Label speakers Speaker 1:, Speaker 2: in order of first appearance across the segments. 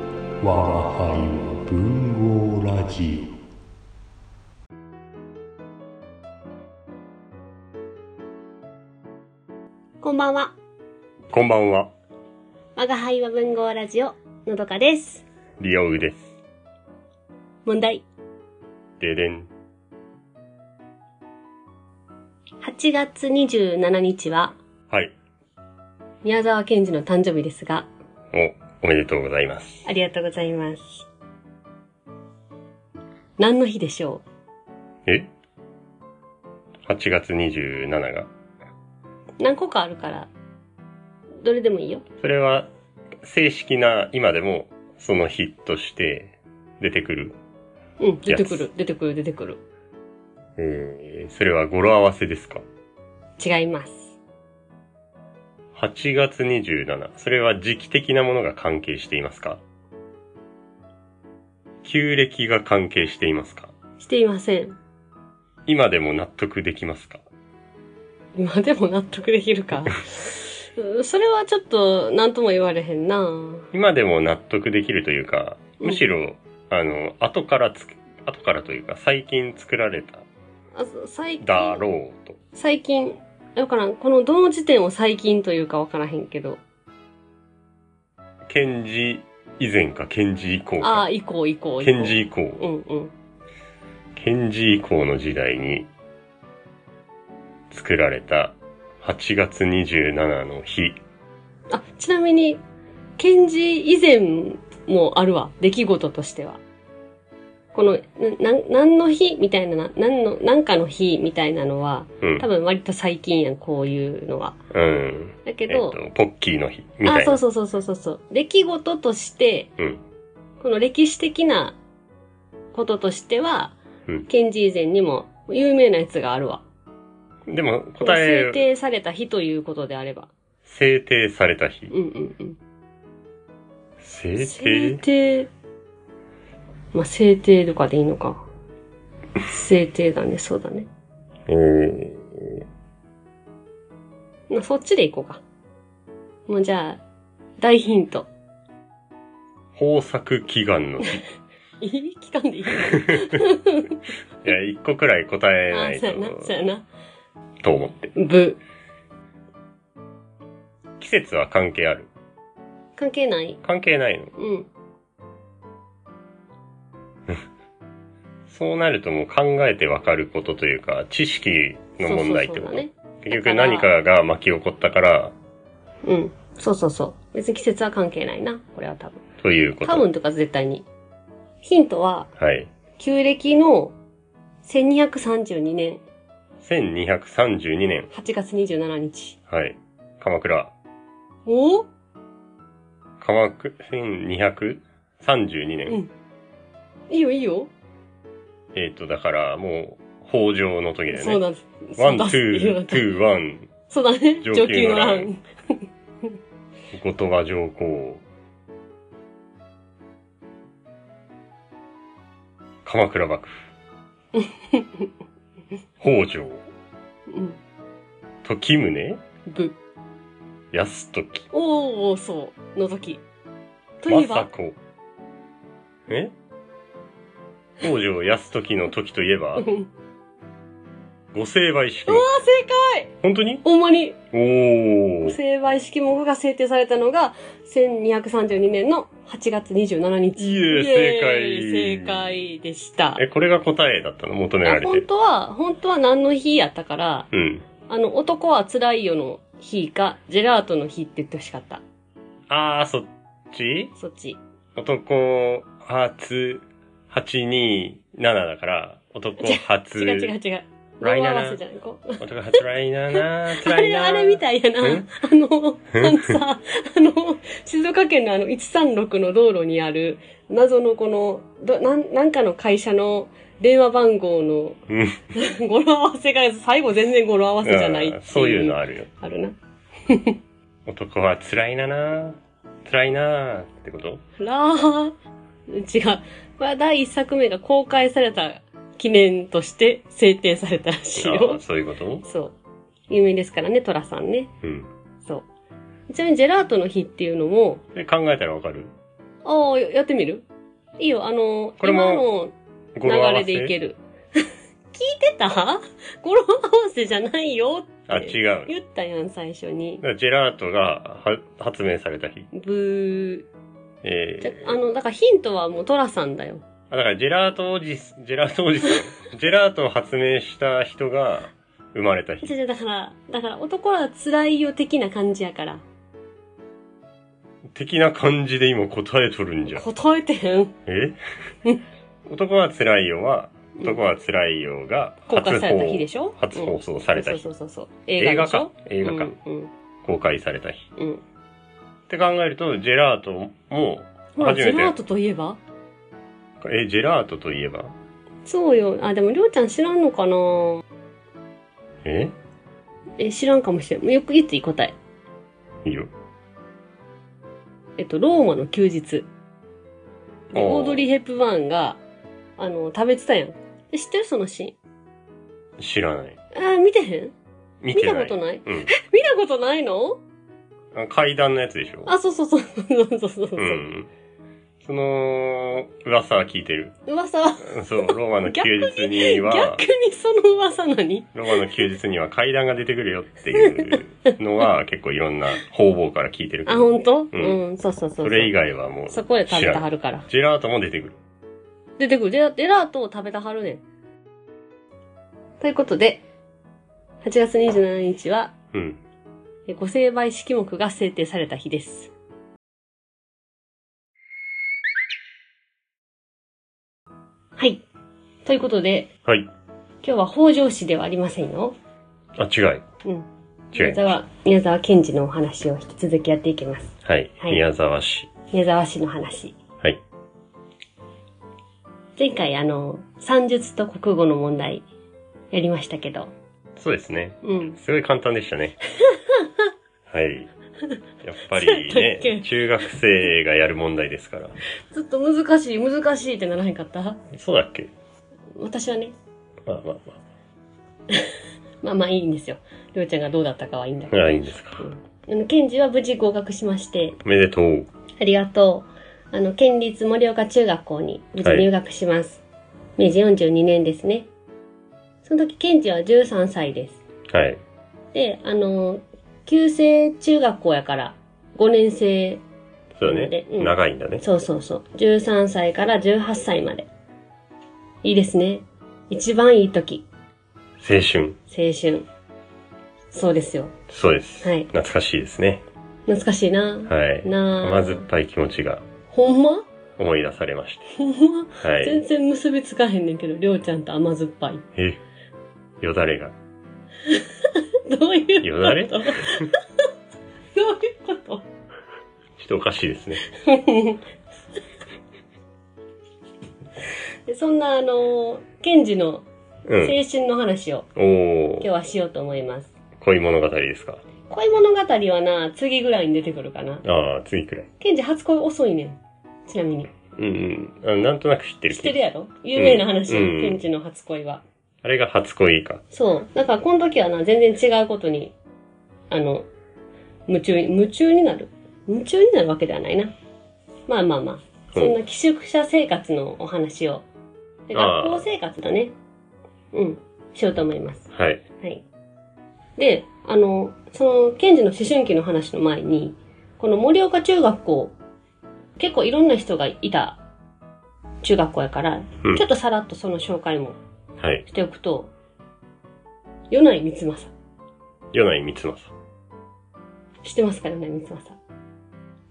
Speaker 1: 我が輩は文豪ラジ
Speaker 2: こんばんは。
Speaker 3: こんばんは、
Speaker 2: 我が輩は文豪ラジオ、のどかです。
Speaker 3: リオウです。
Speaker 2: 問題。
Speaker 3: ででん。
Speaker 2: 8月27日は、
Speaker 3: はい。
Speaker 2: 宮沢賢治の誕生日ですが、
Speaker 3: お、おめでとうございます。
Speaker 2: ありがとうございます。何の日でしょ
Speaker 3: え ?8 月27が。
Speaker 2: う何個かあるから、どれでもいいよ。
Speaker 3: それは、正式な今でも、その日として出てくる。
Speaker 2: うん、出てくる、出てくる、出てくる。
Speaker 3: えー、それは語呂合わせですか
Speaker 2: 違います。
Speaker 3: ?8 月27。それは時期的なものが関係していますか旧暦が関係していますか
Speaker 2: していません。
Speaker 3: 今でも納得できますか
Speaker 2: 今でも納得できるか。 うんそれはちょっと、何とも言われへんな
Speaker 3: 今でも納得できるというか、
Speaker 2: うん
Speaker 3: むしろ、あの、後からつく、後からというか、最近作られた、
Speaker 2: あ、そ最近。
Speaker 3: だろうと。
Speaker 2: 最近、わからん。このどの時点を最近というかわからへんけど。
Speaker 3: 検事以前か、検事以降
Speaker 2: あ
Speaker 3: か
Speaker 2: あ、。以降以降以降。
Speaker 3: 検事以
Speaker 2: う
Speaker 3: 降。
Speaker 2: んうん。
Speaker 3: 検事以降の時代に、作られた、8月27の日。
Speaker 2: あ、ちなみに、検事以前もあるわ。出来事としては。この、な、なん何の日みたいなな、何の、なんかの日みたいなのは、
Speaker 3: うん
Speaker 2: 多。分割と最近やん、こういうのは。
Speaker 3: うん。
Speaker 2: だけ
Speaker 3: えっ
Speaker 2: ど
Speaker 3: と、、ポッキーの日。みた
Speaker 2: あ、
Speaker 3: い
Speaker 2: そ
Speaker 3: な
Speaker 2: う。そうそうそうそうそう。出来事として、
Speaker 3: うん。
Speaker 2: この歴史的なこととしては、
Speaker 3: うん
Speaker 2: 検事以前にも有名なやつがあるわ。
Speaker 3: でも、答
Speaker 2: 制
Speaker 3: え、
Speaker 2: 定された日ということであれば。
Speaker 3: 制定された日
Speaker 2: う。んうんうん。
Speaker 3: 制
Speaker 2: 制
Speaker 3: 定
Speaker 2: 定。まあ、制定とかでいいのか。制定だね、そうだね。
Speaker 3: えー、
Speaker 2: まあ、そっちでいこうか。もうじゃあ、大ヒント。
Speaker 3: 豊作祈願の日。
Speaker 2: いい期間でいい
Speaker 3: いや、一個くらい答えな
Speaker 2: あ、
Speaker 3: い
Speaker 2: そうやな、そうや
Speaker 3: と、
Speaker 2: な。
Speaker 3: と思って。
Speaker 2: ぶ。
Speaker 3: 季節は関係ある。
Speaker 2: 関係ない
Speaker 3: 関係ないの。
Speaker 2: うん。
Speaker 3: そうなるともう考えてわかることというか、知識の問題って
Speaker 2: そうそうそうだ
Speaker 3: こと。
Speaker 2: ね。
Speaker 3: 結
Speaker 2: だ
Speaker 3: 局
Speaker 2: から
Speaker 3: 何かが巻き起こったから、
Speaker 2: うん。そうそうそう。別に季節は関係ないな。これは多分。
Speaker 3: ということ。
Speaker 2: 多分とか絶対に。ヒントは、
Speaker 3: はい。
Speaker 2: 旧暦の1232年
Speaker 3: 1232年。
Speaker 2: 8月27日。
Speaker 3: はい。鎌倉。
Speaker 2: おお
Speaker 3: 鎌倉、1232年。
Speaker 2: うんいいよいいよ。
Speaker 3: えっ、と、だからもう、北条の時だよね。
Speaker 2: そうだ。
Speaker 3: ワ
Speaker 2: そう
Speaker 3: ン、
Speaker 2: だ
Speaker 3: ツー、ツー、ワン、
Speaker 2: そうだね。
Speaker 3: 上
Speaker 2: 上級
Speaker 3: 級
Speaker 2: の
Speaker 3: の
Speaker 2: ラ
Speaker 3: 欄
Speaker 2: ン。
Speaker 3: 後鳥羽上皇。鎌倉幕 府。北条。
Speaker 2: うん。
Speaker 3: 時宗
Speaker 2: ぶ。
Speaker 3: 安時。
Speaker 2: おおそう。覗き。といえば、
Speaker 3: 政子。え北条安時の時といえば
Speaker 2: う、ん
Speaker 3: 御成敗式
Speaker 2: う
Speaker 3: 目
Speaker 2: わ。ー、正解
Speaker 3: 本当に
Speaker 2: ほんまに、
Speaker 3: お ー。
Speaker 2: 成敗式目が制定されたのが、1232年の8月27日。
Speaker 3: いえ
Speaker 2: イエ
Speaker 3: 正解
Speaker 2: ーイ正解でした。
Speaker 3: え、これが答えだったの求めら
Speaker 2: あ
Speaker 3: れて
Speaker 2: 本
Speaker 3: る。
Speaker 2: 当は、本当は何の日やったから、
Speaker 3: うん。
Speaker 2: あの、男は辛いよの日か、ジェラートの日って言ってほしかった。
Speaker 3: あー、そっち
Speaker 2: そっち。
Speaker 3: 男初827だから、男初。
Speaker 2: 違う違う違う。
Speaker 3: ライナ
Speaker 2: 合
Speaker 3: ナ
Speaker 2: わせじゃないこう
Speaker 3: 男初ライナーな ー、
Speaker 2: あ
Speaker 3: 辛い
Speaker 2: れ、
Speaker 3: なー。
Speaker 2: あれみたいやな。あ
Speaker 3: ん
Speaker 2: の、あのさ、あの、静岡県のあの、136の道路にある、謎のこの、どなん、なんかの会社の電話番号の
Speaker 3: う ん、
Speaker 2: 語呂合わせが、最後全然語呂合わせじゃないってい
Speaker 3: うん
Speaker 2: う。
Speaker 3: そういうのあるよ。
Speaker 2: あるな。
Speaker 3: 男は辛いななー、辛いなーってこと
Speaker 2: ラー、違う。これは第一作目が公開された記念として制定されたらしい
Speaker 3: あ
Speaker 2: よ
Speaker 3: ー。そういうこと
Speaker 2: そう。有名ですからね、トラさんね。
Speaker 3: うん。
Speaker 2: そう。ちなみにジェラートの日っていうのも、
Speaker 3: で、考えたらわかる
Speaker 2: ああ、やってみるいいよ、あの、
Speaker 3: これも
Speaker 2: 今の
Speaker 3: 語
Speaker 2: 流
Speaker 3: 呂合わ
Speaker 2: れ
Speaker 3: せ
Speaker 2: でいける。 聞いてた語呂合わせじゃないよって。
Speaker 3: あ、違う。
Speaker 2: 言ったやん、最初に
Speaker 3: だ。からジェラートがは発明された日。
Speaker 2: ブ
Speaker 3: え
Speaker 2: ー。じゃ
Speaker 3: ー、
Speaker 2: あの、だからヒントはもうトラさんだよ。
Speaker 3: あだからジェラートおじ、ジェラートおじさん。ジェラートを発明した人が生まれた
Speaker 2: じ
Speaker 3: 日。
Speaker 2: ゃじゃ、だから、だから男は辛いよ的な感じやから。
Speaker 3: 的な感じで今答えとるんじゃん。
Speaker 2: 答えてへん。
Speaker 3: え男は辛いよは、男は辛いよが
Speaker 2: 公
Speaker 3: 初
Speaker 2: 開された日で
Speaker 3: 放
Speaker 2: しょ
Speaker 3: 初
Speaker 2: うん
Speaker 3: 放送された日
Speaker 2: そ。うそうそうそう。
Speaker 3: 映
Speaker 2: 映画
Speaker 3: 画
Speaker 2: でしょ
Speaker 3: か。映画か。
Speaker 2: うん。うん
Speaker 3: 公開された日。っ
Speaker 2: うん。
Speaker 3: て考えると、ジェラートも、
Speaker 2: ほら、
Speaker 3: 初
Speaker 2: ジ
Speaker 3: めて
Speaker 2: ェラートといえば
Speaker 3: え、ジェラートといえば
Speaker 2: そうよ。あ、でも、りょうちゃん知らんのかな
Speaker 3: え
Speaker 2: え、知らんかもしれん。よく言っていい答え。
Speaker 3: いいよ。
Speaker 2: えっと、ローマの休日。で
Speaker 3: おー
Speaker 2: オードリー・ヘップバーンが、あの、食べてたやん。で知ってるそのシ
Speaker 3: 知らない。
Speaker 2: ーン。あー、見てへん
Speaker 3: 見
Speaker 2: 見
Speaker 3: て
Speaker 2: た
Speaker 3: ない。
Speaker 2: ことない
Speaker 3: うん
Speaker 2: 見たことないの
Speaker 3: あ。階段のやつでしょ
Speaker 2: あ、そうそうそう。そうそうそうそうう、
Speaker 3: ん。その、噂は聞いてる。
Speaker 2: 噂は、
Speaker 3: そう、ローマの休日には
Speaker 2: 逆、にその噂何
Speaker 3: ローマの休日には階段が出てくるよっていうのは結構いろんな方々から聞いてるけ
Speaker 2: あ、
Speaker 3: ど、
Speaker 2: ほんとうんん、そうそうそう。
Speaker 3: それ以。外はもう、
Speaker 2: そこで食べたはるから。
Speaker 3: ジェラートも出てくる。
Speaker 2: 出てくる。ジェラジェラートを食べたはるねん。ということで、8月27日は、
Speaker 3: うん。
Speaker 2: え御成敗式目が制定された日です。はい。ということで、
Speaker 3: はい。
Speaker 2: 今日は北条氏ではありませんよ。
Speaker 3: あ、違い。
Speaker 2: うん。
Speaker 3: 違
Speaker 2: 宮
Speaker 3: い。
Speaker 2: 沢、宮沢賢治のお話を引き続きやっていきます。
Speaker 3: はい。
Speaker 2: はい
Speaker 3: 宮沢氏。
Speaker 2: 宮沢氏の話。
Speaker 3: はい。
Speaker 2: 前回あの、算術と国語の問題やりましたけど。
Speaker 3: そうですね。
Speaker 2: うん。
Speaker 3: すごい簡単でし たね。はい。やっぱり
Speaker 2: そうやったっけ
Speaker 3: ね、中学生がやる問題ですから。
Speaker 2: ずっと難しい、難しいってならへんかった
Speaker 3: そうだっけ
Speaker 2: 私はね、
Speaker 3: まあまあ
Speaker 2: まあまあいいんですよ。りょうちゃんがどうだったかはいいんだけ
Speaker 3: ま
Speaker 2: ど。
Speaker 3: あ。あいいんですか。
Speaker 2: あの、ケンジは無事合格しまして、
Speaker 3: おめでとう。
Speaker 2: ありがとう。あの、県立盛岡中学校に無事入学します。明治42年ですね。その時、ケンジは13歳です。
Speaker 3: はい。
Speaker 2: で、あの、旧制中学校やから、5年生、
Speaker 3: そうだね。
Speaker 2: うん
Speaker 3: 長いんだね。
Speaker 2: そうそうそう、13歳から18歳まで。いいですね。一番いい時、
Speaker 3: 青春。
Speaker 2: 青春。そうですよ。
Speaker 3: そうです。
Speaker 2: はい
Speaker 3: 懐かしいですね。
Speaker 2: 懐かしいな。
Speaker 3: はい。
Speaker 2: なあ
Speaker 3: 甘酸っぱい気持ちが
Speaker 2: ほんま
Speaker 3: 思い出されまし
Speaker 2: ほんま、
Speaker 3: て。は
Speaker 2: 全
Speaker 3: い。
Speaker 2: 然結びつかへんねんけど、りょうちゃんと甘酸っぱい。
Speaker 3: え、よだれが。
Speaker 2: どういうこと
Speaker 3: よだれ
Speaker 2: どういうこと
Speaker 3: ちょっとおかしいですね。
Speaker 2: でそんなあの、ケンジの
Speaker 3: う
Speaker 2: 青
Speaker 3: ん。
Speaker 2: 春の話を
Speaker 3: お
Speaker 2: 今日
Speaker 3: ー。
Speaker 2: はしようと思います。
Speaker 3: 恋物語ですか。
Speaker 2: 恋物語はな、次ぐらいに出てくるかな。
Speaker 3: ああ、次くらい。
Speaker 2: ケンジ初恋遅いねん。ちなみに。
Speaker 3: うんうんあ。なんとなく知ってる
Speaker 2: 知
Speaker 3: 気
Speaker 2: ってるやろ有名な話、
Speaker 3: うん
Speaker 2: ケンジの初恋は。
Speaker 3: あれが初恋か。
Speaker 2: そう。だからこの時はな、全然違うことに、あの、夢中に、夢中になる。夢中になるわけではないな。まあまあまあ。そんな寄宿舎生活のお話を。で
Speaker 3: ああ
Speaker 2: 学校生活だね。うん。しようと思います。
Speaker 3: はい。
Speaker 2: はい。で、あの、その、ケンジの思春期の話の前に、この森岡中学校、結構いろんな人がいた中学校やから、
Speaker 3: うん
Speaker 2: ちょっとさらっとその紹介も
Speaker 3: はい。
Speaker 2: しておくと、米内光政。
Speaker 3: 米内光政。
Speaker 2: 知ってますか米内光政。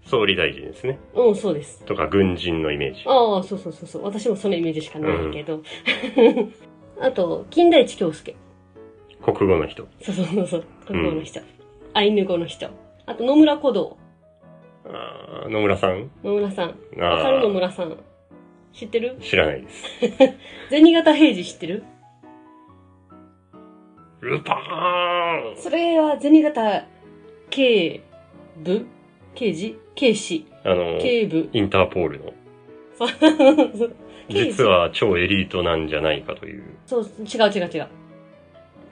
Speaker 3: 総理大臣ですね。
Speaker 2: うん、そうです。
Speaker 3: とか、軍人のイメージ。
Speaker 2: ああ、そうそうそうそう。私もそのイメージしかないけど。 あと、金田一京介。
Speaker 3: 国語の人。
Speaker 2: そうそうそうそう。国語の人。アイヌ語の人。あと、野村古道。
Speaker 3: ああ、野村さん
Speaker 2: 野村さん。
Speaker 3: あ
Speaker 2: わかる野
Speaker 3: あ、
Speaker 2: 村さん。知って る
Speaker 3: 知らないです。
Speaker 2: 銭形平次知ってる
Speaker 3: ルパーン
Speaker 2: それは銭形警部刑事警視
Speaker 3: あの、
Speaker 2: 警部。
Speaker 3: インターポールの。
Speaker 2: そうそう刑事
Speaker 3: 実は超エリートなんじゃないかという。
Speaker 2: そう、違う違う違う。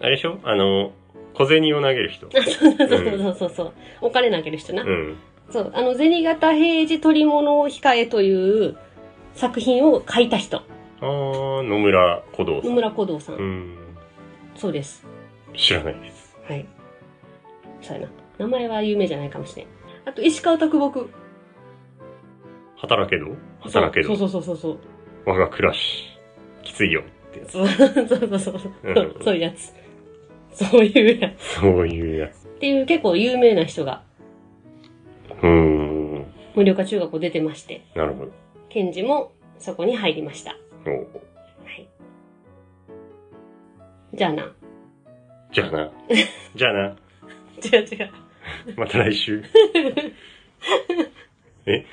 Speaker 3: あれでしょあの、小銭を投げる人。
Speaker 2: そうそうそうそうそう。お金投げる人な。
Speaker 3: うん。
Speaker 2: そう、あの、銭形平次取物控えという作品を書いた人。
Speaker 3: あー、野村小道さ
Speaker 2: 野
Speaker 3: ん。
Speaker 2: 村小道さん。
Speaker 3: うん。
Speaker 2: そうです。
Speaker 3: 知らないです。
Speaker 2: はい。そうやな。名前は有名じゃないかもしれん。あと、石川啄木。
Speaker 3: 働けど働け
Speaker 2: そう
Speaker 3: ど
Speaker 2: そうそうそうそう。
Speaker 3: 我が暮らし。きついよってやつ。
Speaker 2: そうそうそうそう。
Speaker 3: うん
Speaker 2: そういうやつ。そういうやつ。
Speaker 3: そういうやつ。
Speaker 2: っていう結構有名な人が、
Speaker 3: うーん。
Speaker 2: 無料化中学を出てまして、
Speaker 3: なるほど。
Speaker 2: 賢治もそこに入りました。は
Speaker 3: おう
Speaker 2: い。じゃあな。
Speaker 3: じゃあ な。じゃあな。
Speaker 2: 違う違う。
Speaker 3: また来週。え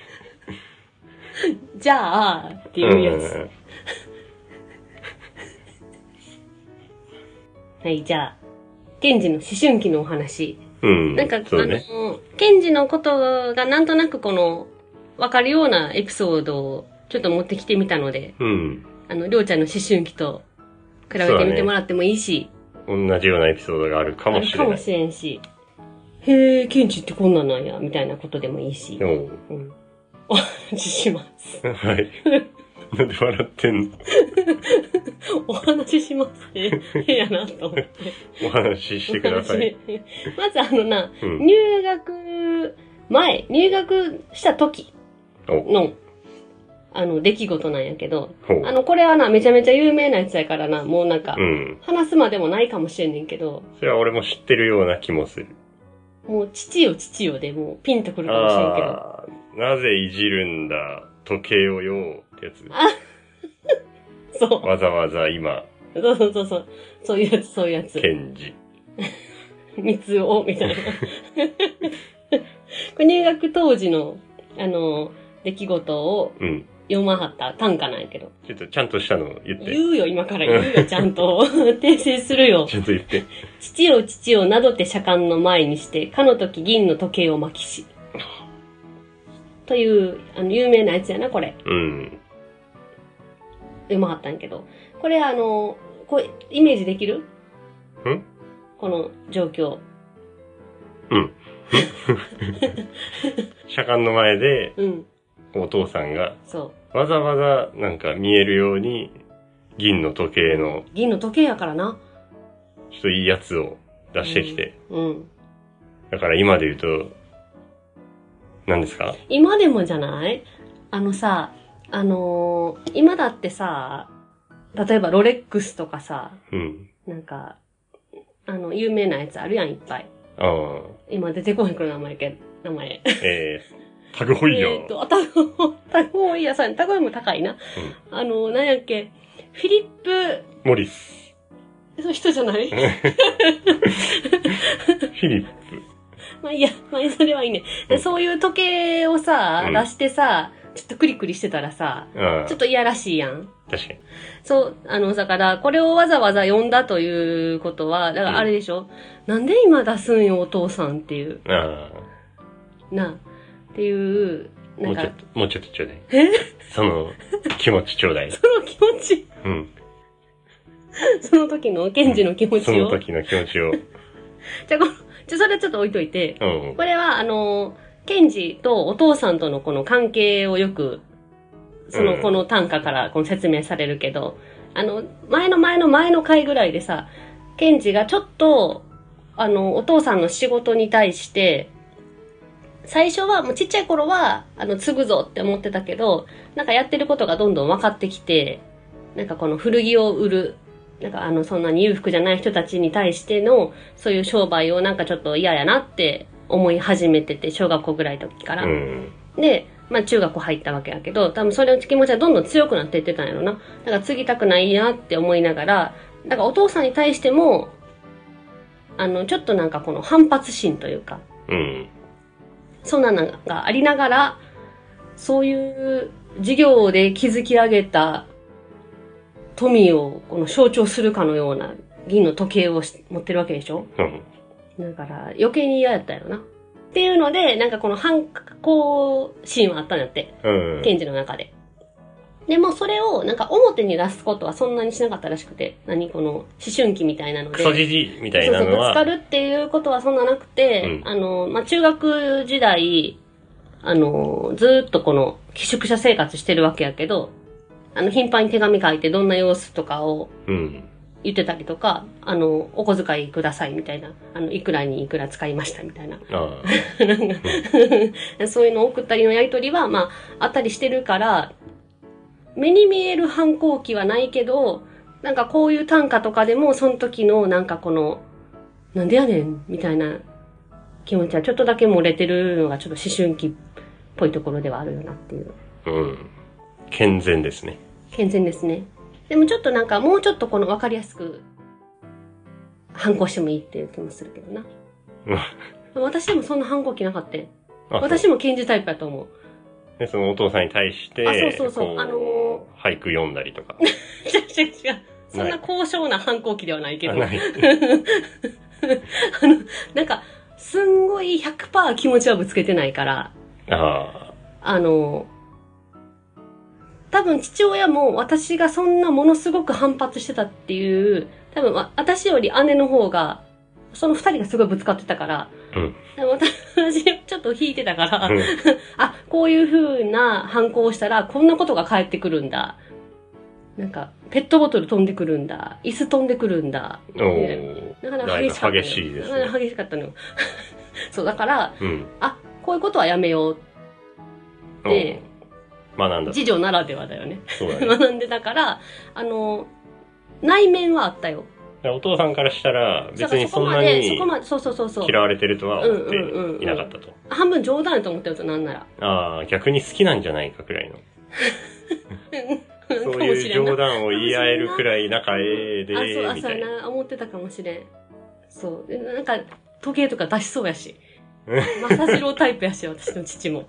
Speaker 2: じゃあ、っていうやつ。
Speaker 3: ん
Speaker 2: はい、じゃあ、ケンジの思春期のお話。
Speaker 3: うん。
Speaker 2: なんか、
Speaker 3: そうね。
Speaker 2: あの、ケンジのことがなんとなくこの、わかるようなエピソードをちょっと持ってきてみたので、
Speaker 3: うん。
Speaker 2: あの、りょうちゃんの思春期と比べてみてもらってもいいし、
Speaker 3: 同じようなエピソードがあるか
Speaker 2: あ
Speaker 3: も
Speaker 2: る
Speaker 3: し
Speaker 2: か
Speaker 3: れ
Speaker 2: も
Speaker 3: ない。
Speaker 2: しれんし、へえ、ケンジってこんなんなんや、みたいなことでもいいし、
Speaker 3: おう
Speaker 2: うん。 お話しします。
Speaker 3: はい。 なんで笑ってんの
Speaker 2: お話ししますって、変やなと思って。
Speaker 3: お話ししてください。
Speaker 2: お話し。まずあのな、
Speaker 3: うん。
Speaker 2: 入学前、入学した時
Speaker 3: お
Speaker 2: の、あの、出来事なんやけど、
Speaker 3: ほう
Speaker 2: あの、これはな、めちゃめちゃ有名なやつやからな、もうなんか
Speaker 3: う、ん。
Speaker 2: 話すまでもないかもしれんねんけど、
Speaker 3: それは俺も知ってるような気もする。
Speaker 2: もう、父よ父よで、もう、ピンとくるかもしれんけど、
Speaker 3: ああ、なぜいじるんだ、時計をよ、ってやつ。
Speaker 2: そう、
Speaker 3: わざわざ今、
Speaker 2: そうそうそうそう、そういうやつ、そういうやつ、
Speaker 3: ケンジ。
Speaker 2: 三つを、みたいな。これ入学当時の、あの、出来事を
Speaker 3: うん。
Speaker 2: 読まはった短歌なんやけど、
Speaker 3: ちょっとちゃんとしたの言って。
Speaker 2: 言うよ、今から言うよ、ちゃん と。訂正するよ。
Speaker 3: ちゃんと言って。
Speaker 2: 父よ父よなどて車間の前にして、かの時銀の時計を巻きし。という、あの、有名なやつやな、これ。
Speaker 3: うん。
Speaker 2: うまかったんやけど。これ、あの、こう、イメージできる
Speaker 3: ん
Speaker 2: この状況。
Speaker 3: 車間の前で、
Speaker 2: うん、
Speaker 3: お父さんが、
Speaker 2: そう。
Speaker 3: わざわざなんか見えるように、銀の時計の、
Speaker 2: 銀の時計やからな。
Speaker 3: ちょっといいやつを出してきて。
Speaker 2: うん。
Speaker 3: だから今で言うと、何ですか
Speaker 2: 今でもじゃないあのさ、あのー今だってさ、例えばロレックスとかさ、
Speaker 3: うん。
Speaker 2: なんか、あの、有名なやつあるやん、いっぱい。
Speaker 3: ああ、
Speaker 2: 今出てこないくる名前け、名前。
Speaker 3: えー、タグホイヤー。
Speaker 2: えっと、あ、タコ、タコもいいや、そうタコよりも高いな。あの、なんやっけ、フィリッ
Speaker 3: モリス。
Speaker 2: プ、そう人じゃない
Speaker 3: フィリップ。
Speaker 2: まあいいや、まあそれはいいね。でそういう時計をさ、
Speaker 3: うん
Speaker 2: 出してさ、ちょっとクリクリしてたらさ、
Speaker 3: ああ
Speaker 2: ちょっ、といやらしいやん。
Speaker 3: 確かに。
Speaker 2: そう、あの、だから、これをわざわざ呼んだということは、だからあれでしょ、なんで今出すんよ、お父さんっていう、
Speaker 3: ああ、
Speaker 2: な、っていう、な
Speaker 3: も
Speaker 2: ん
Speaker 3: うちょ
Speaker 2: か
Speaker 3: っ、と、もうちょっとちょうだい。
Speaker 2: え
Speaker 3: その、気持ちちょうだい。
Speaker 2: その気持ち、
Speaker 3: うん。
Speaker 2: その時の、ケンジの気持ち
Speaker 3: その
Speaker 2: を。
Speaker 3: 時の気持ちを。
Speaker 2: じゃあ、このじゃあそれちょっと置いといて、
Speaker 3: うん。
Speaker 2: これは、あの、ケンジとお父さんとのこの関係をよく、その、
Speaker 3: うん
Speaker 2: この短歌からこの説明されるけど、あの、前の前の前の回ぐらいでさ、ケンジがちょっと、あの、お父さんの仕事に対して、最初は、もうちっちゃい頃は、あの、継ぐぞって思ってたけど、なんかやってることがどんどん分かってきて、なんかこの古着を売る、なんかあの、そんなに裕福じゃない人たちに対しての、そういう商売をなんかちょっと嫌やなって思い始めてて、小学校ぐらいの時から。
Speaker 3: うん。
Speaker 2: で、まあ中学校入ったわけやけど、多分それの気持ちはどんどん強くなっていってたんやろな。だから継ぎたくないなって思いながら、だからお父さんに対しても、あの、ちょっとなんかこの反発心というか、
Speaker 3: うん。
Speaker 2: そんなのがありながら、そういう事業で築き上げた富をこの象徴するかのような銀の時計をし持ってるわけでしょ
Speaker 3: う
Speaker 2: だ
Speaker 3: ん。
Speaker 2: から余計に嫌やったよな。っていうので、なんかこの反抗心はあったんだって、
Speaker 3: うん。
Speaker 2: ケンジの中で。でもそれをなんか表に出すことはそんなにしなかったらしくて、何この思春期みたいなので。
Speaker 3: クソじじいみたい
Speaker 2: そう
Speaker 3: な
Speaker 2: そう、
Speaker 3: の
Speaker 2: ぶつ
Speaker 3: は
Speaker 2: か、るっていうことはそんななくて、
Speaker 3: うん
Speaker 2: あの、まあ、中学時代、あの、ずーっとこの寄宿舎生活してるわけやけど、あの、頻繁に手紙書いてどんな様子とかを
Speaker 3: うん。
Speaker 2: 言ってたりとか、あの、お小遣いくださいみたいな、あの、いくらにいくら使いましたみたいな、
Speaker 3: あ
Speaker 2: そういうのを送ったりのやりとりは、まあ、あったりしてるから、目に見える反抗期はないけど、なんかこういう短歌とかでも、その時のなんかこの、なんでやねんみたいな気持ちはちょっとだけ漏れてるのが、ちょっと思春期っぽいところではあるよなっていう。
Speaker 3: あ。うん。健全ですね。
Speaker 2: 健全ですね。でもちょっとなんか、もうちょっとこの分かりやすく、反抗してもいいっていう気もするけどな。私でもそんな反抗期なかったよ。
Speaker 3: あ
Speaker 2: 私も検事タイプだと思う。
Speaker 3: で、そのお父さんに対して、
Speaker 2: あそうそうそう
Speaker 3: こ
Speaker 2: あの
Speaker 3: 俳句読んだりとか。
Speaker 2: 違う違う違う。そんな高尚な反抗期ではないけど。
Speaker 3: あ
Speaker 2: あ
Speaker 3: ない
Speaker 2: の、なんか、すんごい100%気持ちはぶつけてないから、
Speaker 3: あ
Speaker 2: あの、多分父親も私がそんなものすごく反発してたっていう、多分わ私より姉の方が、その二人がすごいぶつかってたから、
Speaker 3: うん
Speaker 2: でも私ちょっと引いてたから、
Speaker 3: あ。うん
Speaker 2: あ、こういう風な反抗をしたら、こんなことが返ってくるんだ。なんか、ペットボトル飛んでくるんだ。椅子飛んでくるんだ。
Speaker 3: おー
Speaker 2: なかなか激しかったのよ。
Speaker 3: だいぶ激しいですね
Speaker 2: なかなか激しかったのよ。 そう、だから、
Speaker 3: うん。
Speaker 2: あ、こういうことはやめよう。
Speaker 3: お
Speaker 2: で
Speaker 3: ー学んだ。
Speaker 2: 次女ならではだよね。
Speaker 3: そうだね。
Speaker 2: 学んでたから、あの、内面はあったよ。
Speaker 3: でお父さんからしたら、
Speaker 2: だ
Speaker 3: 別
Speaker 2: から
Speaker 3: に
Speaker 2: そこ
Speaker 3: そん
Speaker 2: ま
Speaker 3: な
Speaker 2: で、そ
Speaker 3: に
Speaker 2: こまで、そうそうそうそう。
Speaker 3: 嫌われてるとは思っていなかったと。
Speaker 2: 半分冗談やと思ったよ、なんなら。
Speaker 3: ああ、逆に好きなんじゃないかくらいの。
Speaker 2: か
Speaker 3: そ
Speaker 2: も
Speaker 3: う
Speaker 2: し
Speaker 3: い
Speaker 2: れ
Speaker 3: う
Speaker 2: んな
Speaker 3: 冗談を言い合えるくらい仲ええで
Speaker 2: あ、そう、あ、
Speaker 3: み
Speaker 2: そ
Speaker 3: た
Speaker 2: う
Speaker 3: い
Speaker 2: や
Speaker 3: な。
Speaker 2: な、思ってたかもしれん。そう。でなんか、時計とか出しそうやし。マサジロータイプやし、私の父も。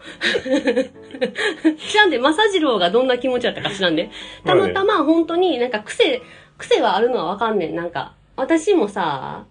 Speaker 2: 知らんで、マサジローがどんな気持ちやったか知らんで。たまたま本当になんか癖、癖はあるのはわかんねん。なんか、私もさ、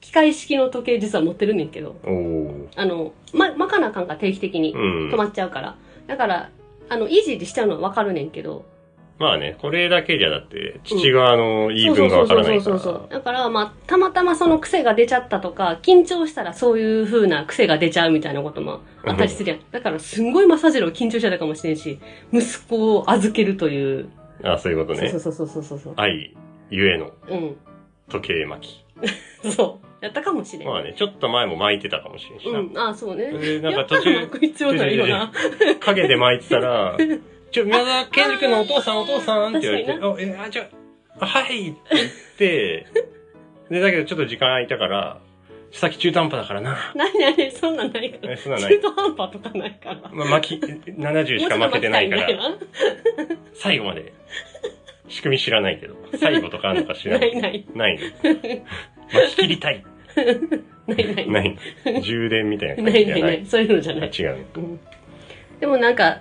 Speaker 2: 機械式の時計実は持ってるねんけど、
Speaker 3: おお
Speaker 2: あの、ま、まかなあかんか定期的に
Speaker 3: ー。うん
Speaker 2: 止。まっちゃうから。だから、あの、維持しちゃうのはわかるねんけど、
Speaker 3: まあね、これだけじゃだって、父側の言い分がわからないか
Speaker 2: そう
Speaker 3: ら。
Speaker 2: そうそうそうそうだから、まあ、たまたまその癖が出ちゃったとか、緊張したらそういう風な癖が出ちゃうみたいなこともあったりするやん。だから、すんごい正ロ緊張してたかもしれんし、息子を預けるという。
Speaker 3: あそういうことね。
Speaker 2: そうそうそうそうそうそう。
Speaker 3: 愛ゆえの
Speaker 2: うん。
Speaker 3: 時計巻
Speaker 2: そう。やったかもし
Speaker 3: き。
Speaker 2: れん。
Speaker 3: まあね、ちょっと前も巻いてたかもしれんしな。
Speaker 2: うん。ああ、そう
Speaker 3: そ
Speaker 2: ね。
Speaker 3: れでなん
Speaker 2: や
Speaker 3: か
Speaker 2: った
Speaker 3: 途
Speaker 2: ら
Speaker 3: 中
Speaker 2: 巻、く必要ないよな。
Speaker 3: 影で巻いてた ら、ちょ、宮沢賢治君のお父さんお父さんって言われて、
Speaker 2: 確
Speaker 3: あ、え、あ、じゃあ、はいって言って、で、だけどちょっと時間空いたから、さっき中途半端だからな。
Speaker 2: ないないない、そんなんないから。
Speaker 3: えそんなんな
Speaker 2: 中
Speaker 3: い
Speaker 2: 途半端とかないから。
Speaker 3: まあ、巻き、70しか
Speaker 2: もう
Speaker 3: 負
Speaker 2: ちょっと待
Speaker 3: けて
Speaker 2: ち
Speaker 3: な
Speaker 2: たい
Speaker 3: い
Speaker 2: み
Speaker 3: か
Speaker 2: たい
Speaker 3: ら、
Speaker 2: な。
Speaker 3: 最後まで。仕組み知らないけど、最後とかあるのか知らな。
Speaker 2: ないい ない。
Speaker 3: ないの。巻き切りたい。
Speaker 2: ないない。
Speaker 3: ないの。充電みたいな
Speaker 2: な
Speaker 3: 感じ
Speaker 2: い
Speaker 3: じ
Speaker 2: な
Speaker 3: ゃ
Speaker 2: い
Speaker 3: な
Speaker 2: ないい。。そういうのじゃ
Speaker 3: あ
Speaker 2: ない。
Speaker 3: 違う。
Speaker 2: でもなんか、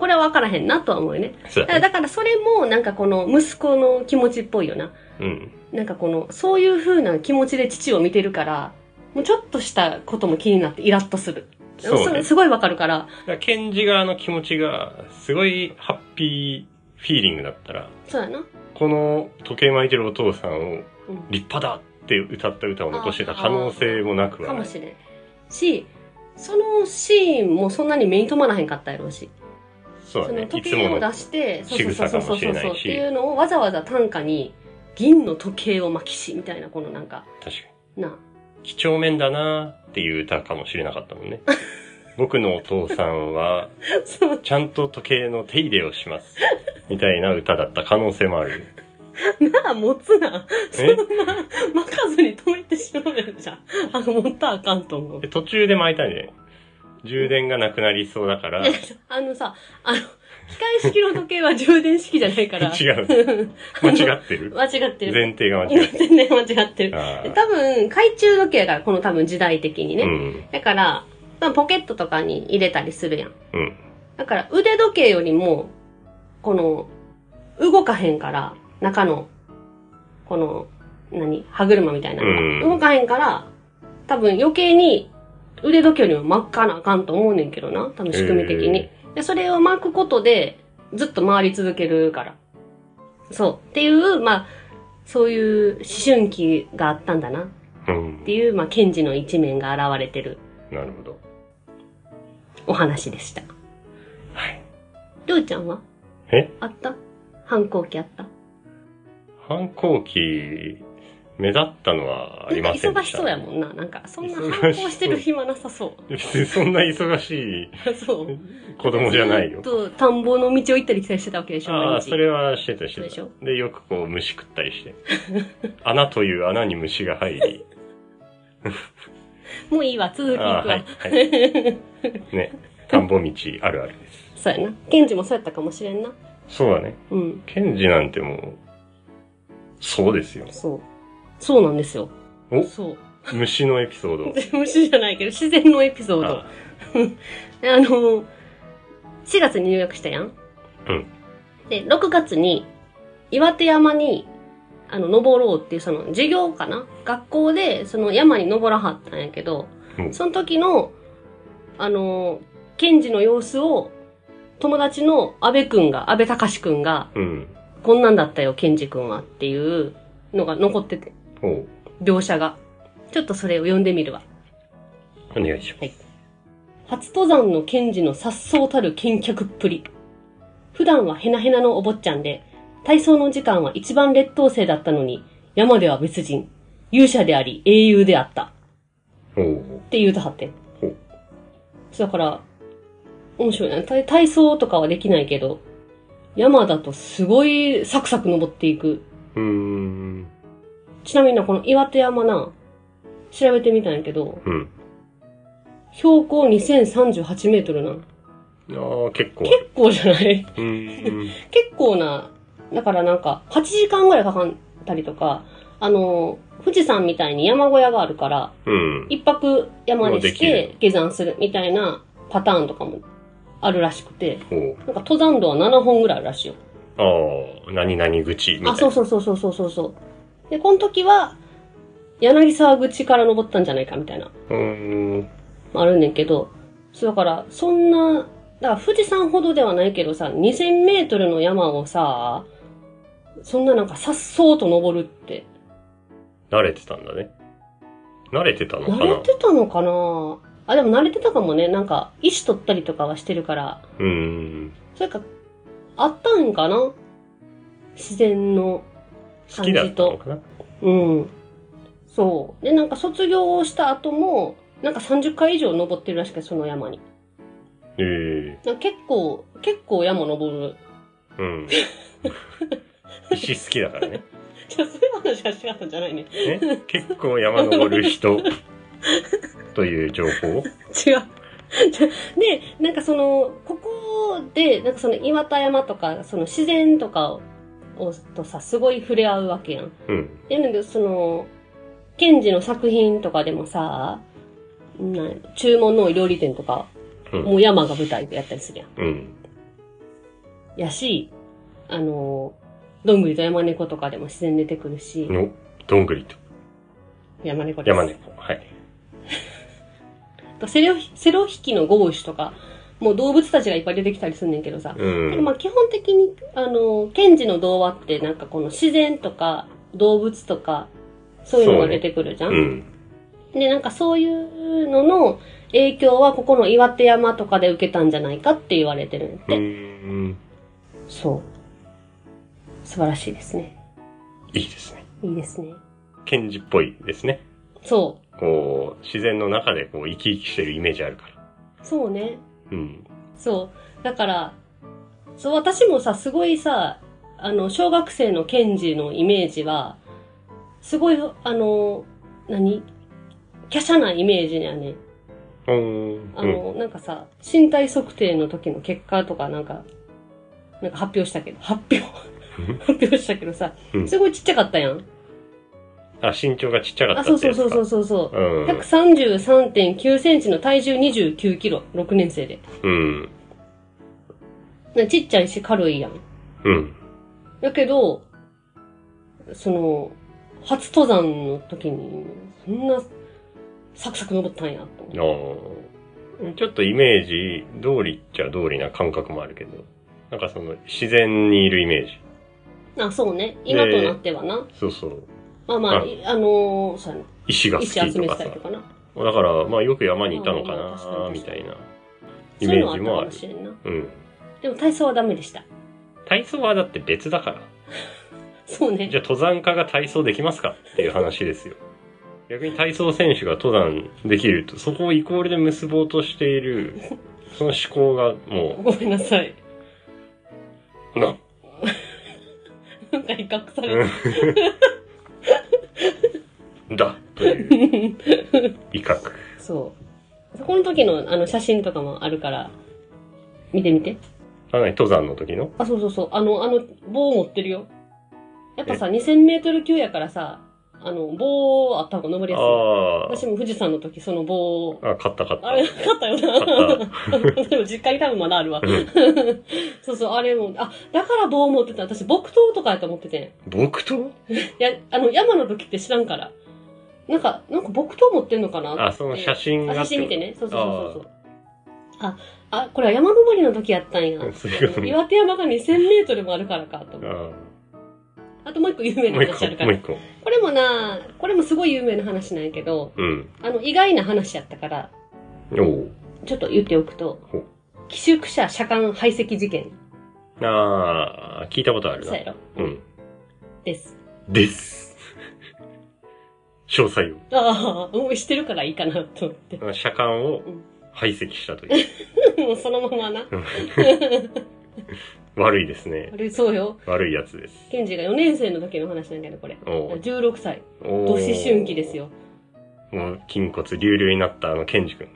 Speaker 2: これは分からへんなとは思うよね。
Speaker 3: そ
Speaker 2: だ
Speaker 3: う
Speaker 2: から
Speaker 3: だ
Speaker 2: だ
Speaker 3: ね。
Speaker 2: からそれもなんかこの息子の気持ちっぽいよな。
Speaker 3: うん。
Speaker 2: なんかこの、そういう風な気持ちで父を見てるから、もうちょっとしたことも気になってイラッとする。
Speaker 3: そうね
Speaker 2: れ。すごいわかるから、
Speaker 3: だから、ケンジ側の気持ちが、すごいハッピーフィーリングだったら、
Speaker 2: そうやな。
Speaker 3: この時計巻いてるお父さんを
Speaker 2: うん
Speaker 3: 立派だって歌った歌を残してた可能性もなく
Speaker 2: か
Speaker 3: はな
Speaker 2: も
Speaker 3: い。
Speaker 2: しれん。し、そのシーンもそんなに目に留まらへんかったやろうし。
Speaker 3: そうだ
Speaker 2: その
Speaker 3: ね。い
Speaker 2: 時
Speaker 3: つ
Speaker 2: 計
Speaker 3: も
Speaker 2: を
Speaker 3: の
Speaker 2: 出。して、そう
Speaker 3: 仕
Speaker 2: そう
Speaker 3: 草
Speaker 2: そ
Speaker 3: か
Speaker 2: うそ
Speaker 3: も
Speaker 2: う
Speaker 3: し
Speaker 2: そう
Speaker 3: れないし
Speaker 2: っていうのをわざわざ短歌に、銀の時計を巻きし、みたいなこのなんか、
Speaker 3: 確か
Speaker 2: な。
Speaker 3: に。几帳面だなーっていう歌かもしれなかったも んね。僕のお父さんは、
Speaker 2: そう
Speaker 3: ちゃんと時計の手入れをします。みたいな歌だった可能性もある。
Speaker 2: なあ、持つな。そん
Speaker 3: え
Speaker 2: な、巻かずに止めてしまうやつじゃん。あ、持ったらあかんと思う。
Speaker 3: で途中で巻いたんじゃない充電がなくなりそうだ から、違
Speaker 2: あのさ、あの、機械式の時計は充電式じゃない から。
Speaker 3: う。間違ってる
Speaker 2: 間違ってる。
Speaker 3: 前提が間違って
Speaker 2: 全然間違って
Speaker 3: る。
Speaker 2: る。
Speaker 3: あ
Speaker 2: 多
Speaker 3: ー
Speaker 2: 分、懐中時計がこの多分時代的にね。
Speaker 3: うん。
Speaker 2: だから、まあ、ポケットとかに入れたりするやん。
Speaker 3: うん。
Speaker 2: だから腕時計よりも、この、動かへんから、中の、この、何歯車みたいなのが
Speaker 3: うん
Speaker 2: 動かへんから、多分余計に腕時計よりも巻かなあかんと思うねんけどな。多分仕組み的に。で、それを巻くことで、ずっと回り続けるから。そう。っていう、まあ、そういう思春期があったんだな。っ
Speaker 3: えー。うん
Speaker 2: て。いう、まあ、ケンジの一面が現れてる
Speaker 3: なるほど。
Speaker 2: お話でした。
Speaker 3: はい。
Speaker 2: りょうちゃんは
Speaker 3: え
Speaker 2: あった反抗期あった
Speaker 3: 反抗期、目立ったのはありません
Speaker 2: なんか忙
Speaker 3: でし。
Speaker 2: したそうやもんな。なんか、そんな
Speaker 3: 忙
Speaker 2: 反
Speaker 3: しそう
Speaker 2: 抗してる暇なさそう。
Speaker 3: 別に そんな忙しい
Speaker 2: そう。
Speaker 3: 子供じゃないよ
Speaker 2: ず。っと田んぼの道を行ったり来たりしてたわけでしょ、
Speaker 3: ああ、
Speaker 2: 毎
Speaker 3: そ
Speaker 2: 日。
Speaker 3: れはしてたして
Speaker 2: そうでしょ
Speaker 3: た。で、よくこう虫食ったりして。 穴という穴に虫が入り。
Speaker 2: もういいわ、続き行く
Speaker 3: あ
Speaker 2: わ。
Speaker 3: あ、はい。はい。ね。田んぼ道あるあるです。
Speaker 2: そうやな。ケンジもそうやったかもしれんな。
Speaker 3: そうだね。
Speaker 2: うん、
Speaker 3: ケンジなんてもう、そうですよ。
Speaker 2: そう。そうなんですよ。
Speaker 3: お
Speaker 2: そう。
Speaker 3: 虫のエピソード。
Speaker 2: 虫じゃないけど、自然のエピソード。
Speaker 3: あ
Speaker 2: であの、4月に入学したやん。
Speaker 3: うん。
Speaker 2: で、6月に、岩手山に、あの、登ろうっていう、その、授業かな学校で、その山に登らはったんやけど、
Speaker 3: うん
Speaker 2: その時の、あの、ケンジの様子を、友達の安部くんが、安部隆くんが、
Speaker 3: うん。
Speaker 2: こんなんだったよ、ケンジくんはっていうのが残ってて、
Speaker 3: おう
Speaker 2: 描写が。ちょっとそれを読んでみるわ。
Speaker 3: お願いします。
Speaker 2: 初登山の賢治の颯爽たる見客っぷり。普段はヘナヘナのお坊ちゃんで、体操の時間は一番劣等生だったのに、山では別人、勇者であり英雄であった。
Speaker 3: おう
Speaker 2: って言うとはってん
Speaker 3: ほう。
Speaker 2: そうだから、面白いな。体体操とかはできないけど、山だとすごいサクサク登っていく。
Speaker 3: うーん。
Speaker 2: ちなみにな、この岩手山な、調べてみたんやけど、
Speaker 3: うん。
Speaker 2: 標高2038メートルな。
Speaker 3: ああ、結構ある。
Speaker 2: 結構じゃない
Speaker 3: うんうん。
Speaker 2: 結構な、だからなんか、8時間ぐらいかかったりとか、あの、富士山みたいに山小屋があるから、
Speaker 3: うん。
Speaker 2: 一泊山に
Speaker 3: もうで
Speaker 2: し
Speaker 3: きる
Speaker 2: て下山するみたいなパターンとかもあるらしくて、
Speaker 3: おう
Speaker 2: なんか登山道は7本ぐらいあるらしいよ。
Speaker 3: ああ、何々口みたいな。
Speaker 2: あ、そうそうそうそうそうそうそう。で、この時は、柳沢口から登ったんじゃないかみたいな、
Speaker 3: うーん。
Speaker 2: あるんだけど、そうだから、そんな、だから富士山ほどではないけどさ、2000メートルの山をさ、そんななんかさっそうと登るって、
Speaker 3: 慣れてたんだね。慣れてたのかな
Speaker 2: 慣れてたのかなあ、でも慣れてたかもね。なんか、石取ったりとかはしてるから、
Speaker 3: うーん。
Speaker 2: それか、あったんかな自然の
Speaker 3: 好
Speaker 2: 感
Speaker 3: きだっ
Speaker 2: じ
Speaker 3: たの
Speaker 2: と。
Speaker 3: かな
Speaker 2: うん。そう。で、なんか卒業をした後も、なんか30回以上登ってるらしくて、その山に。
Speaker 3: ええ
Speaker 2: なんか結構、結構山登る。
Speaker 3: うん。石好きだからね。
Speaker 2: じゃあ、そういう話はしなかったんじゃないね。
Speaker 3: ね結構山登る人という情報
Speaker 2: 違う。 で、なんかその、ここで、なんかその岩田山とか、その自然とかを、をとさ、すごい触れ合うわけやん。
Speaker 3: うん。
Speaker 2: やねんけど、その、ケンジの作品とかでもさ、なん注文の多い料理店とか、
Speaker 3: うん
Speaker 2: もう山が舞台でやったりするやん。
Speaker 3: うん。
Speaker 2: やし、あの、どんぐりと山猫とかでも自然出てくるし、
Speaker 3: の、どんぐりと
Speaker 2: 山猫です。
Speaker 3: 山猫。はい。
Speaker 2: とセロ、セロ引きのゴーシュとか、もう動物たちがいっぱい出てきたりすんねんけどさ、
Speaker 3: う
Speaker 2: だからま
Speaker 3: ん。
Speaker 2: あ基本的に、あの、ケンジの童話ってなんかこの自然とか動物とか、そういうのが出てくるじゃん、
Speaker 3: うん。
Speaker 2: で、なんかそういうのの影響はここの岩手山とかで受けたんじゃないかって言われてるん
Speaker 3: う
Speaker 2: で、
Speaker 3: ん。
Speaker 2: そう。素晴らしいですね。
Speaker 3: いいですね。
Speaker 2: いいですね。
Speaker 3: 賢治っぽいですね。
Speaker 2: そ
Speaker 3: こう、自然の中でこう生き生きしてるイメージあるから。
Speaker 2: う。そうね。
Speaker 3: うん。
Speaker 2: そう。だから、そう、私もさ、すごいさ、あの、小学生のケンジのイメージは、すごい、あの、何華奢なイメージやね。
Speaker 3: うん。
Speaker 2: あの、なんかさ、身体測定の時の結果とかなんか、なんか発表したけど、発表 発表したけどさ
Speaker 3: う、ん
Speaker 2: すごいちっちゃかったやん。
Speaker 3: あ、身長がちっちゃか
Speaker 2: あ、
Speaker 3: った
Speaker 2: そう
Speaker 3: って
Speaker 2: そ
Speaker 3: や
Speaker 2: う
Speaker 3: つか。
Speaker 2: そうそうそうそう。
Speaker 3: うん。
Speaker 2: 133.9センチの体重29キロ、6年生で。
Speaker 3: うん。
Speaker 2: なちっちゃいし軽いやん。
Speaker 3: うん。
Speaker 2: だけど、その、初登山の時に、そんな、サクサク登ったんや、と思っ
Speaker 3: あ
Speaker 2: て
Speaker 3: ーちょっとイメージ通りっちゃ通りな感覚もあるけど、なんかその自然にいるイメージ。
Speaker 2: あ、そうね。今となってはな。
Speaker 3: そうそう。
Speaker 2: まあまあ、
Speaker 3: あ
Speaker 2: いあのー、そうや
Speaker 3: 石が
Speaker 2: な。
Speaker 3: 好
Speaker 2: 石
Speaker 3: き
Speaker 2: 集
Speaker 3: と
Speaker 2: め
Speaker 3: か
Speaker 2: てた
Speaker 3: さ
Speaker 2: りと。かな。
Speaker 3: だから、まあよく山にいたのか
Speaker 2: まあまあまあ確か
Speaker 3: な、
Speaker 2: に
Speaker 3: みたいな。イ
Speaker 2: そういう
Speaker 3: メ
Speaker 2: の
Speaker 3: ー
Speaker 2: はあ
Speaker 3: ジ
Speaker 2: った
Speaker 3: も
Speaker 2: か
Speaker 3: あ
Speaker 2: も
Speaker 3: る。
Speaker 2: しれんな。
Speaker 3: うん。
Speaker 2: でも体操はダメでした。
Speaker 3: 体操はだって別だから。
Speaker 2: そうね
Speaker 3: じ。ゃあ登山家が体操できますかっていう話ですよ。逆に体操選手が登山できると、そこをイコールで結ぼうとしている、 その思考がも
Speaker 2: ごめんなさい。
Speaker 3: う、な、
Speaker 2: なんか威嚇され
Speaker 3: うんだ、という、 威嚇。
Speaker 2: た。そう。そこの時のあの写真とかもあるから、見てみて。
Speaker 3: あ、なに、登山の時の
Speaker 2: あ、そうそうそう。あの、あの、棒持ってるよ。やっぱさ、2000メートル級やからさ、あの、棒あった方が登りやすい。
Speaker 3: あ
Speaker 2: 私も富士山の時、その棒を、
Speaker 3: あ、あ、買った買った。
Speaker 2: あれ、買ったよな。でも実家に多分まだあるわ。
Speaker 3: うん
Speaker 2: そうそう、あれも、あ、だから棒持ってた。私、木刀とかやと思っててん。
Speaker 3: 僕と
Speaker 2: いや、あの、山の時って知らんから。なんか、なんか木刀持ってんのかなって
Speaker 3: あ、その写真が
Speaker 2: あ
Speaker 3: っ
Speaker 2: 写真
Speaker 3: こと。
Speaker 2: 見てね。そうそうそうそう。ああ、これは山登りの時やったんや
Speaker 3: あー。。そういうことね
Speaker 2: 岩手山が2000メートルもあるからかと
Speaker 3: あ
Speaker 2: 思う。
Speaker 3: ー
Speaker 2: あともう一個有名
Speaker 3: も
Speaker 2: な
Speaker 3: う一
Speaker 2: 話ある
Speaker 3: 個、
Speaker 2: か
Speaker 3: もう
Speaker 2: ら
Speaker 3: 一。個。
Speaker 2: これもな、これもすごい有名な話なんやけど、
Speaker 3: うん。
Speaker 2: あの、意外な話やったから、
Speaker 3: おう
Speaker 2: ちょっと言っておくと
Speaker 3: ほう、
Speaker 2: 寄宿舎車間排斥事件。
Speaker 3: ああ、聞いたことある
Speaker 2: そう
Speaker 3: な
Speaker 2: や。ろ
Speaker 3: うん。
Speaker 2: です。
Speaker 3: です。詳細を。
Speaker 2: ああ、うん、してるからいいかなと思って。
Speaker 3: 車間を
Speaker 2: うん
Speaker 3: 排斥したという。
Speaker 2: もうそのままな。
Speaker 3: 悪いですね
Speaker 2: あ。れ、そうよ。
Speaker 3: 悪いやつです。
Speaker 2: ケンジが4年生の時の話なん だけど、これ。
Speaker 3: おう
Speaker 2: 16歳。
Speaker 3: お
Speaker 2: ど思春期です
Speaker 3: よ。
Speaker 2: よ。
Speaker 3: もう、筋骨隆々になったあの、ケンジ君。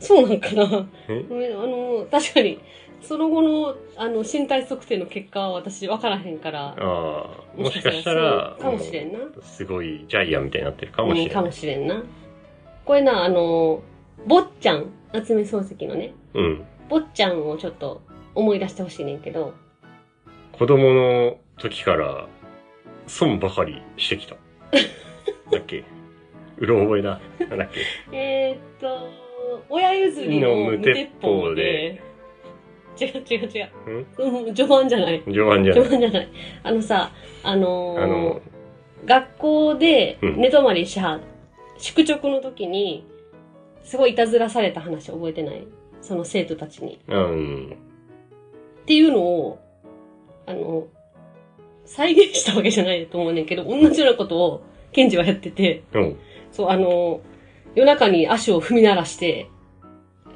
Speaker 2: そうなんかな。
Speaker 3: え
Speaker 2: ごめんあの、確かに、その後の、あの、身体測定の結果は私分からへんから、
Speaker 3: ああ、もしかしたら、
Speaker 2: そうかもしれんな。
Speaker 3: うんすごいジャイアンみたいになってるか
Speaker 2: か
Speaker 3: もしれ
Speaker 2: か
Speaker 3: な
Speaker 2: も
Speaker 3: い。
Speaker 2: しれんな。これな、あの、坊っちゃん、夏目漱石のね、
Speaker 3: うん。
Speaker 2: 坊っちゃんをちょっと思い出してほしいねんけど、
Speaker 3: 子供の時から、損ばかりして きた。だっけうろ覚えだ。なんだっけ
Speaker 2: えー、っと、親譲りの無鉄砲で、違う違う違う。うん、序盤じゃない。
Speaker 3: 序盤じゃ
Speaker 2: 序
Speaker 3: な
Speaker 2: 盤
Speaker 3: い。
Speaker 2: じゃない。あのさ、あのー
Speaker 3: あの、
Speaker 2: 学校で
Speaker 3: うん
Speaker 2: 寝泊まりしは、宿直の時に、すごいいたずらされた話覚えてないその生徒たちに。
Speaker 3: うん。
Speaker 2: っていうのを、あの、再現したわけじゃないと思うねんけど、同じようなことを、ケンジはやってて、
Speaker 3: おう
Speaker 2: そう、あの、夜中に足を踏み鳴らして、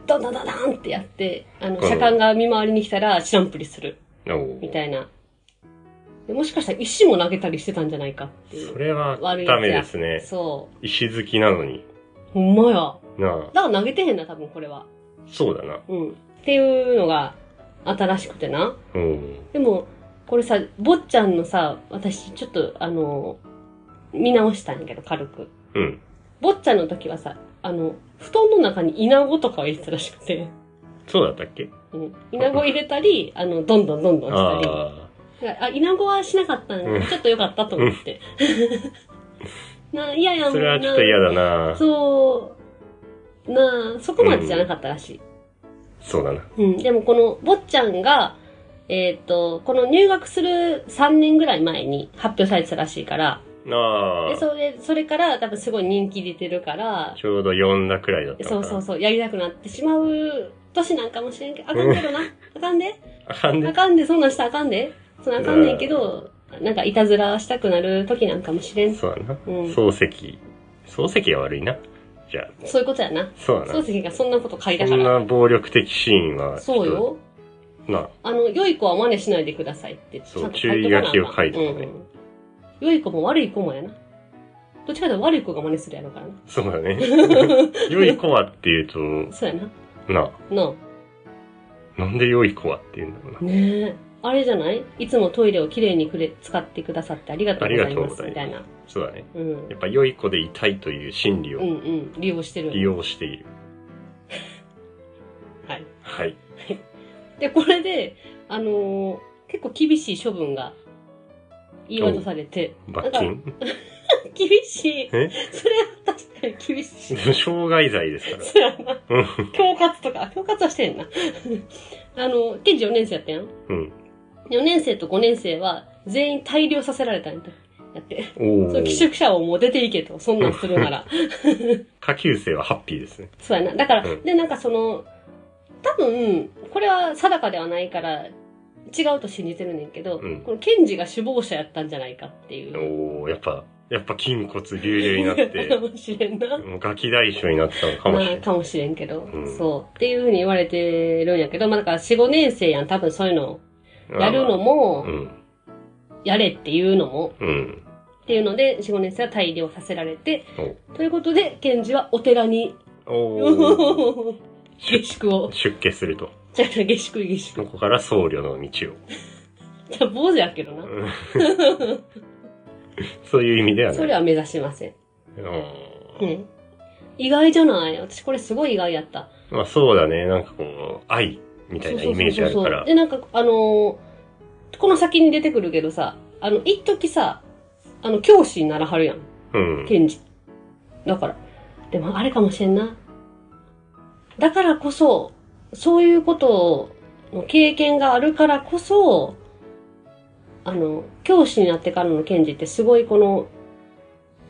Speaker 2: ドンドンドンドンってやって、あの、
Speaker 3: うん
Speaker 2: 車間が見回りに来たら知らんぷりする、
Speaker 3: おう
Speaker 2: みたいな。でもしかしたら石も投げたりしてたんじゃないかってい。
Speaker 3: そうれは
Speaker 2: 悪いやつや
Speaker 3: ダメですね。
Speaker 2: そ
Speaker 3: 石好きなのに。
Speaker 2: う。ほんまや。
Speaker 3: なあ。
Speaker 2: だから投げてへんな、多分これは。
Speaker 3: そうだな。
Speaker 2: うん。っていうのが新しくてな。
Speaker 3: うん。
Speaker 2: でも、これさ、坊っちゃんのさ、私ちょっと、あの、見直したんやけど、軽く。
Speaker 3: うん。
Speaker 2: 坊っちゃんの時はさ、あの、布団の中にイナゴとかを入れてたらしくて。
Speaker 3: そうだったっけ
Speaker 2: うん。イナゴ入れた り、あの、どんどんどんどんしたり。
Speaker 3: あ
Speaker 2: だからあ、イナゴはしなかったん
Speaker 3: うん
Speaker 2: や。ちょっと良かったと思って。 な、嫌や
Speaker 3: あ。
Speaker 2: もんな。
Speaker 3: それはちょっと嫌だな。
Speaker 2: そう。なあ、そこまでじゃなかったらしい。
Speaker 3: そうだな。
Speaker 2: うん、でもこの坊ちゃんが、えっ、と、この入学する3年ぐらい前に発表されてたらしいから、
Speaker 3: あ
Speaker 2: で、
Speaker 3: あ。
Speaker 2: それ、それから多分すごい人気出てるから、
Speaker 3: ちょうど読んだくらいだったのか
Speaker 2: そう
Speaker 3: な。
Speaker 2: そうそう、やりたくなってしまう年なんかもしれんけど、あかんけどな。あかんで
Speaker 3: あかん
Speaker 2: あ
Speaker 3: ね。
Speaker 2: かんで、そんなんしたらあかんでそんなんあかんねんけど、なんかいたずらしたくなる時なんかもしれん。
Speaker 3: そうだな。
Speaker 2: うん。
Speaker 3: 漱石。漱石が悪いな。じゃあ、
Speaker 2: そういうことやな。
Speaker 3: そうだな
Speaker 2: 漱。石がそんなこと書いた
Speaker 3: そ
Speaker 2: か
Speaker 3: ん
Speaker 2: ら。
Speaker 3: な暴力的シーンは、
Speaker 2: そうよ。
Speaker 3: ちょっと。なあ。
Speaker 2: あの、良い子は真似しないでくださいって。
Speaker 3: そう
Speaker 2: ちゃんと書いとかなあかん
Speaker 3: 注意書きを書いて
Speaker 2: う
Speaker 3: た
Speaker 2: んう
Speaker 3: ね
Speaker 2: ん。良い子も悪い子もやな。どっちかというと悪い子が真似するやろうからな。
Speaker 3: そう だね。良い子はっていう
Speaker 2: そうやな。
Speaker 3: と、な
Speaker 2: な
Speaker 3: あ。なんで良い子はっていうんだろうな
Speaker 2: あ。。ねえ。あれじゃないいつもトイレをきれいにくれ、使ってくださってありがとうございます。
Speaker 3: あ
Speaker 2: み
Speaker 3: り
Speaker 2: た
Speaker 3: が
Speaker 2: いな。
Speaker 3: そうだね。
Speaker 2: うん。うん
Speaker 3: やっぱ良い子でいたいという心理
Speaker 2: う
Speaker 3: を
Speaker 2: ん。利用してる。
Speaker 3: 利用している。
Speaker 2: はい。
Speaker 3: はい。
Speaker 2: で、これで、あのー結構厳しい処分が言い渡されて、
Speaker 3: 罰金
Speaker 2: 厳しい。それ
Speaker 3: え
Speaker 2: は確かに厳しい。
Speaker 3: 傷害罪ですから。
Speaker 2: そうやな
Speaker 3: うん。
Speaker 2: 恐喝とか、恐喝はしてんな。あの、ケンジ4年生やったやん。
Speaker 3: うん。
Speaker 2: 4年生と5年生は全員大量させられたんやと。やって。
Speaker 3: お
Speaker 2: そう、寄
Speaker 3: ー。
Speaker 2: 宿舎をもう出ていけと、そんなんするなら。
Speaker 3: 下級生はハッピーですね。
Speaker 2: そうやな。だから、
Speaker 3: うん
Speaker 2: で、なんかその、多分、これは定かではないから、違うと信じてるねんけど、
Speaker 3: うん
Speaker 2: この検事が首謀者やったんじゃないかっていう。
Speaker 3: おー、やっぱ、やっぱ筋骨隆々にな っ
Speaker 2: か
Speaker 3: て、
Speaker 2: もしれんな。
Speaker 3: もうガキ大将になったのか
Speaker 2: ま
Speaker 3: もしれ
Speaker 2: あ、
Speaker 3: ない。
Speaker 2: かもしれんけど、
Speaker 3: うん
Speaker 2: そう。っていうふうに言われてるんやけど、まあだから4、5年生やん、多分そういうのをやるの
Speaker 3: あ
Speaker 2: も、
Speaker 3: ーうん。
Speaker 2: やれっていうのも、
Speaker 3: うん。
Speaker 2: っていうので、4、5年生は大量させられて、
Speaker 3: お
Speaker 2: ということで、検事はお寺に、
Speaker 3: おー。
Speaker 2: 下宿を、
Speaker 3: 出家すると。
Speaker 2: じゃあ下宿下宿。
Speaker 3: ここから僧侶の道を。
Speaker 2: じゃあ坊主やけどな。
Speaker 3: そういう意味ではな
Speaker 2: そ
Speaker 3: い。
Speaker 2: れは目指しません。
Speaker 3: うん
Speaker 2: ね。意外じゃない私これすごい意外やった。
Speaker 3: まあそうだね。なんかこう、愛みたいなイメージあるから。
Speaker 2: で、なんか、あのーこの先に出てくるけどさ、あの、一時さ、あの、教師にならはるやん。
Speaker 3: うん。
Speaker 2: 検事。だから。でも、あれかもしれんな。だからこそ、そういうことの経験があるからこそ、あの、教師になってからの検事ってすごいこの、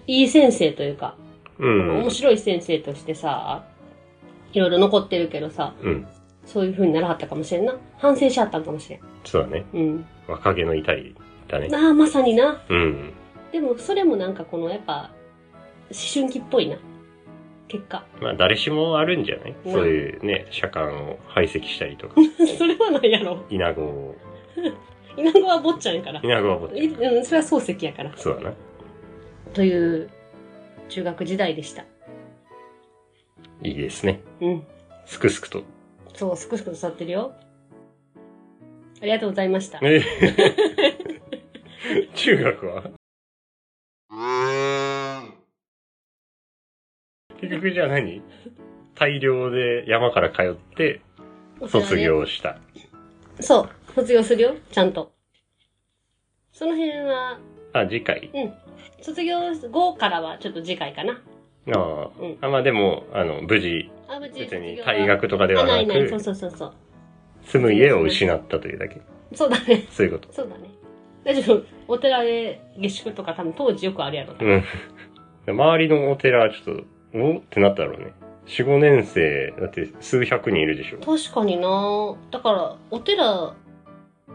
Speaker 2: いい先生というか、
Speaker 3: うん
Speaker 2: 面。白い先生としてさ、いろいろ残ってるけどさ、
Speaker 3: うん。
Speaker 2: そういう風にならはったかもしれんな。反省しはったんかもしれん。
Speaker 3: そうだね。
Speaker 2: うん。
Speaker 3: 若気の至りだね。
Speaker 2: ああ、まさにな。
Speaker 3: うん。
Speaker 2: でも、それもなんかこの、やっぱ、思春期っぽいな。結果。
Speaker 3: まあ誰しもあるんじゃない
Speaker 2: うん
Speaker 3: そういうね、社官を排斥したりとか、
Speaker 2: それはないやろ。
Speaker 3: イナゴを、
Speaker 2: イナゴは坊ちゃんやから
Speaker 3: イ。ナゴはぼっち
Speaker 2: いうん、それは漱石やから。
Speaker 3: そうだな。
Speaker 2: という、中学時代でした。
Speaker 3: いいですね。
Speaker 2: うん。
Speaker 3: すくす くと。
Speaker 2: そう、すくすくと座ってるよ。ありがとうございました。
Speaker 3: え中学は結局じゃあ何大量で山から通って卒。業した。
Speaker 2: そう、卒業するよ、ちゃんと。その辺は、
Speaker 3: あ、次回。
Speaker 2: 卒業後からはちょっと次回かな。
Speaker 3: ああ
Speaker 2: うん
Speaker 3: あ、まあでも、あの、無事、
Speaker 2: あ、別
Speaker 3: 別
Speaker 2: 卒
Speaker 3: に
Speaker 2: 業は
Speaker 3: 退学とかでは
Speaker 2: あな
Speaker 3: ない
Speaker 2: ない、そう
Speaker 3: く、
Speaker 2: そうそうそう。
Speaker 3: 住む家を失ったというだけ。
Speaker 2: そうだね、
Speaker 3: そういうこと。
Speaker 2: そうだね。大丈夫。お寺で下宿とか多分当時よくあるやろ。
Speaker 3: うん。周りのお寺はちょっと、おってなったろうね。4、5年生、だって数百人いるでしょ。
Speaker 2: 確かになだから、お寺、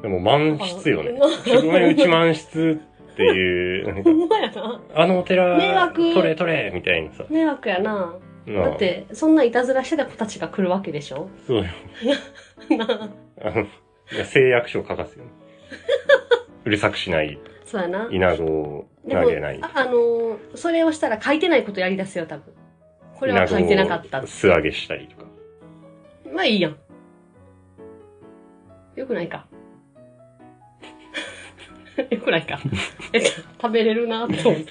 Speaker 3: でも満室よね。
Speaker 2: うん
Speaker 3: すごいうち満室っていう、なんか
Speaker 2: ほんまやな。
Speaker 3: あのお寺、
Speaker 2: 迷惑
Speaker 3: 取れ取れみたいなさ。
Speaker 2: 迷惑やな。
Speaker 3: なあ
Speaker 2: だって、そんないたずらしてた子たちが来るわけでしょ
Speaker 3: そうよ。
Speaker 2: なあ
Speaker 3: あの、いや誓約書を書かす よ、ね。うるさくしない、
Speaker 2: そうやな。
Speaker 3: イナゴを
Speaker 2: でも
Speaker 3: 投げない、
Speaker 2: ああのーそれをしたら書いてないことやりだすよ、多分。これは書いてなかった
Speaker 3: イナゴを。素揚げしたりとか。
Speaker 2: まあいいやん。よくないか。 よく ないか。えっと食べれるなと思って。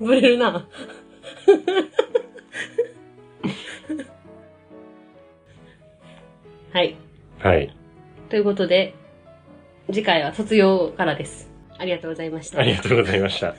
Speaker 2: ぶれるな。はい。
Speaker 3: はい。
Speaker 2: ということで、次回は卒業からです。ありがとうございました
Speaker 3: あ。りがとうございました。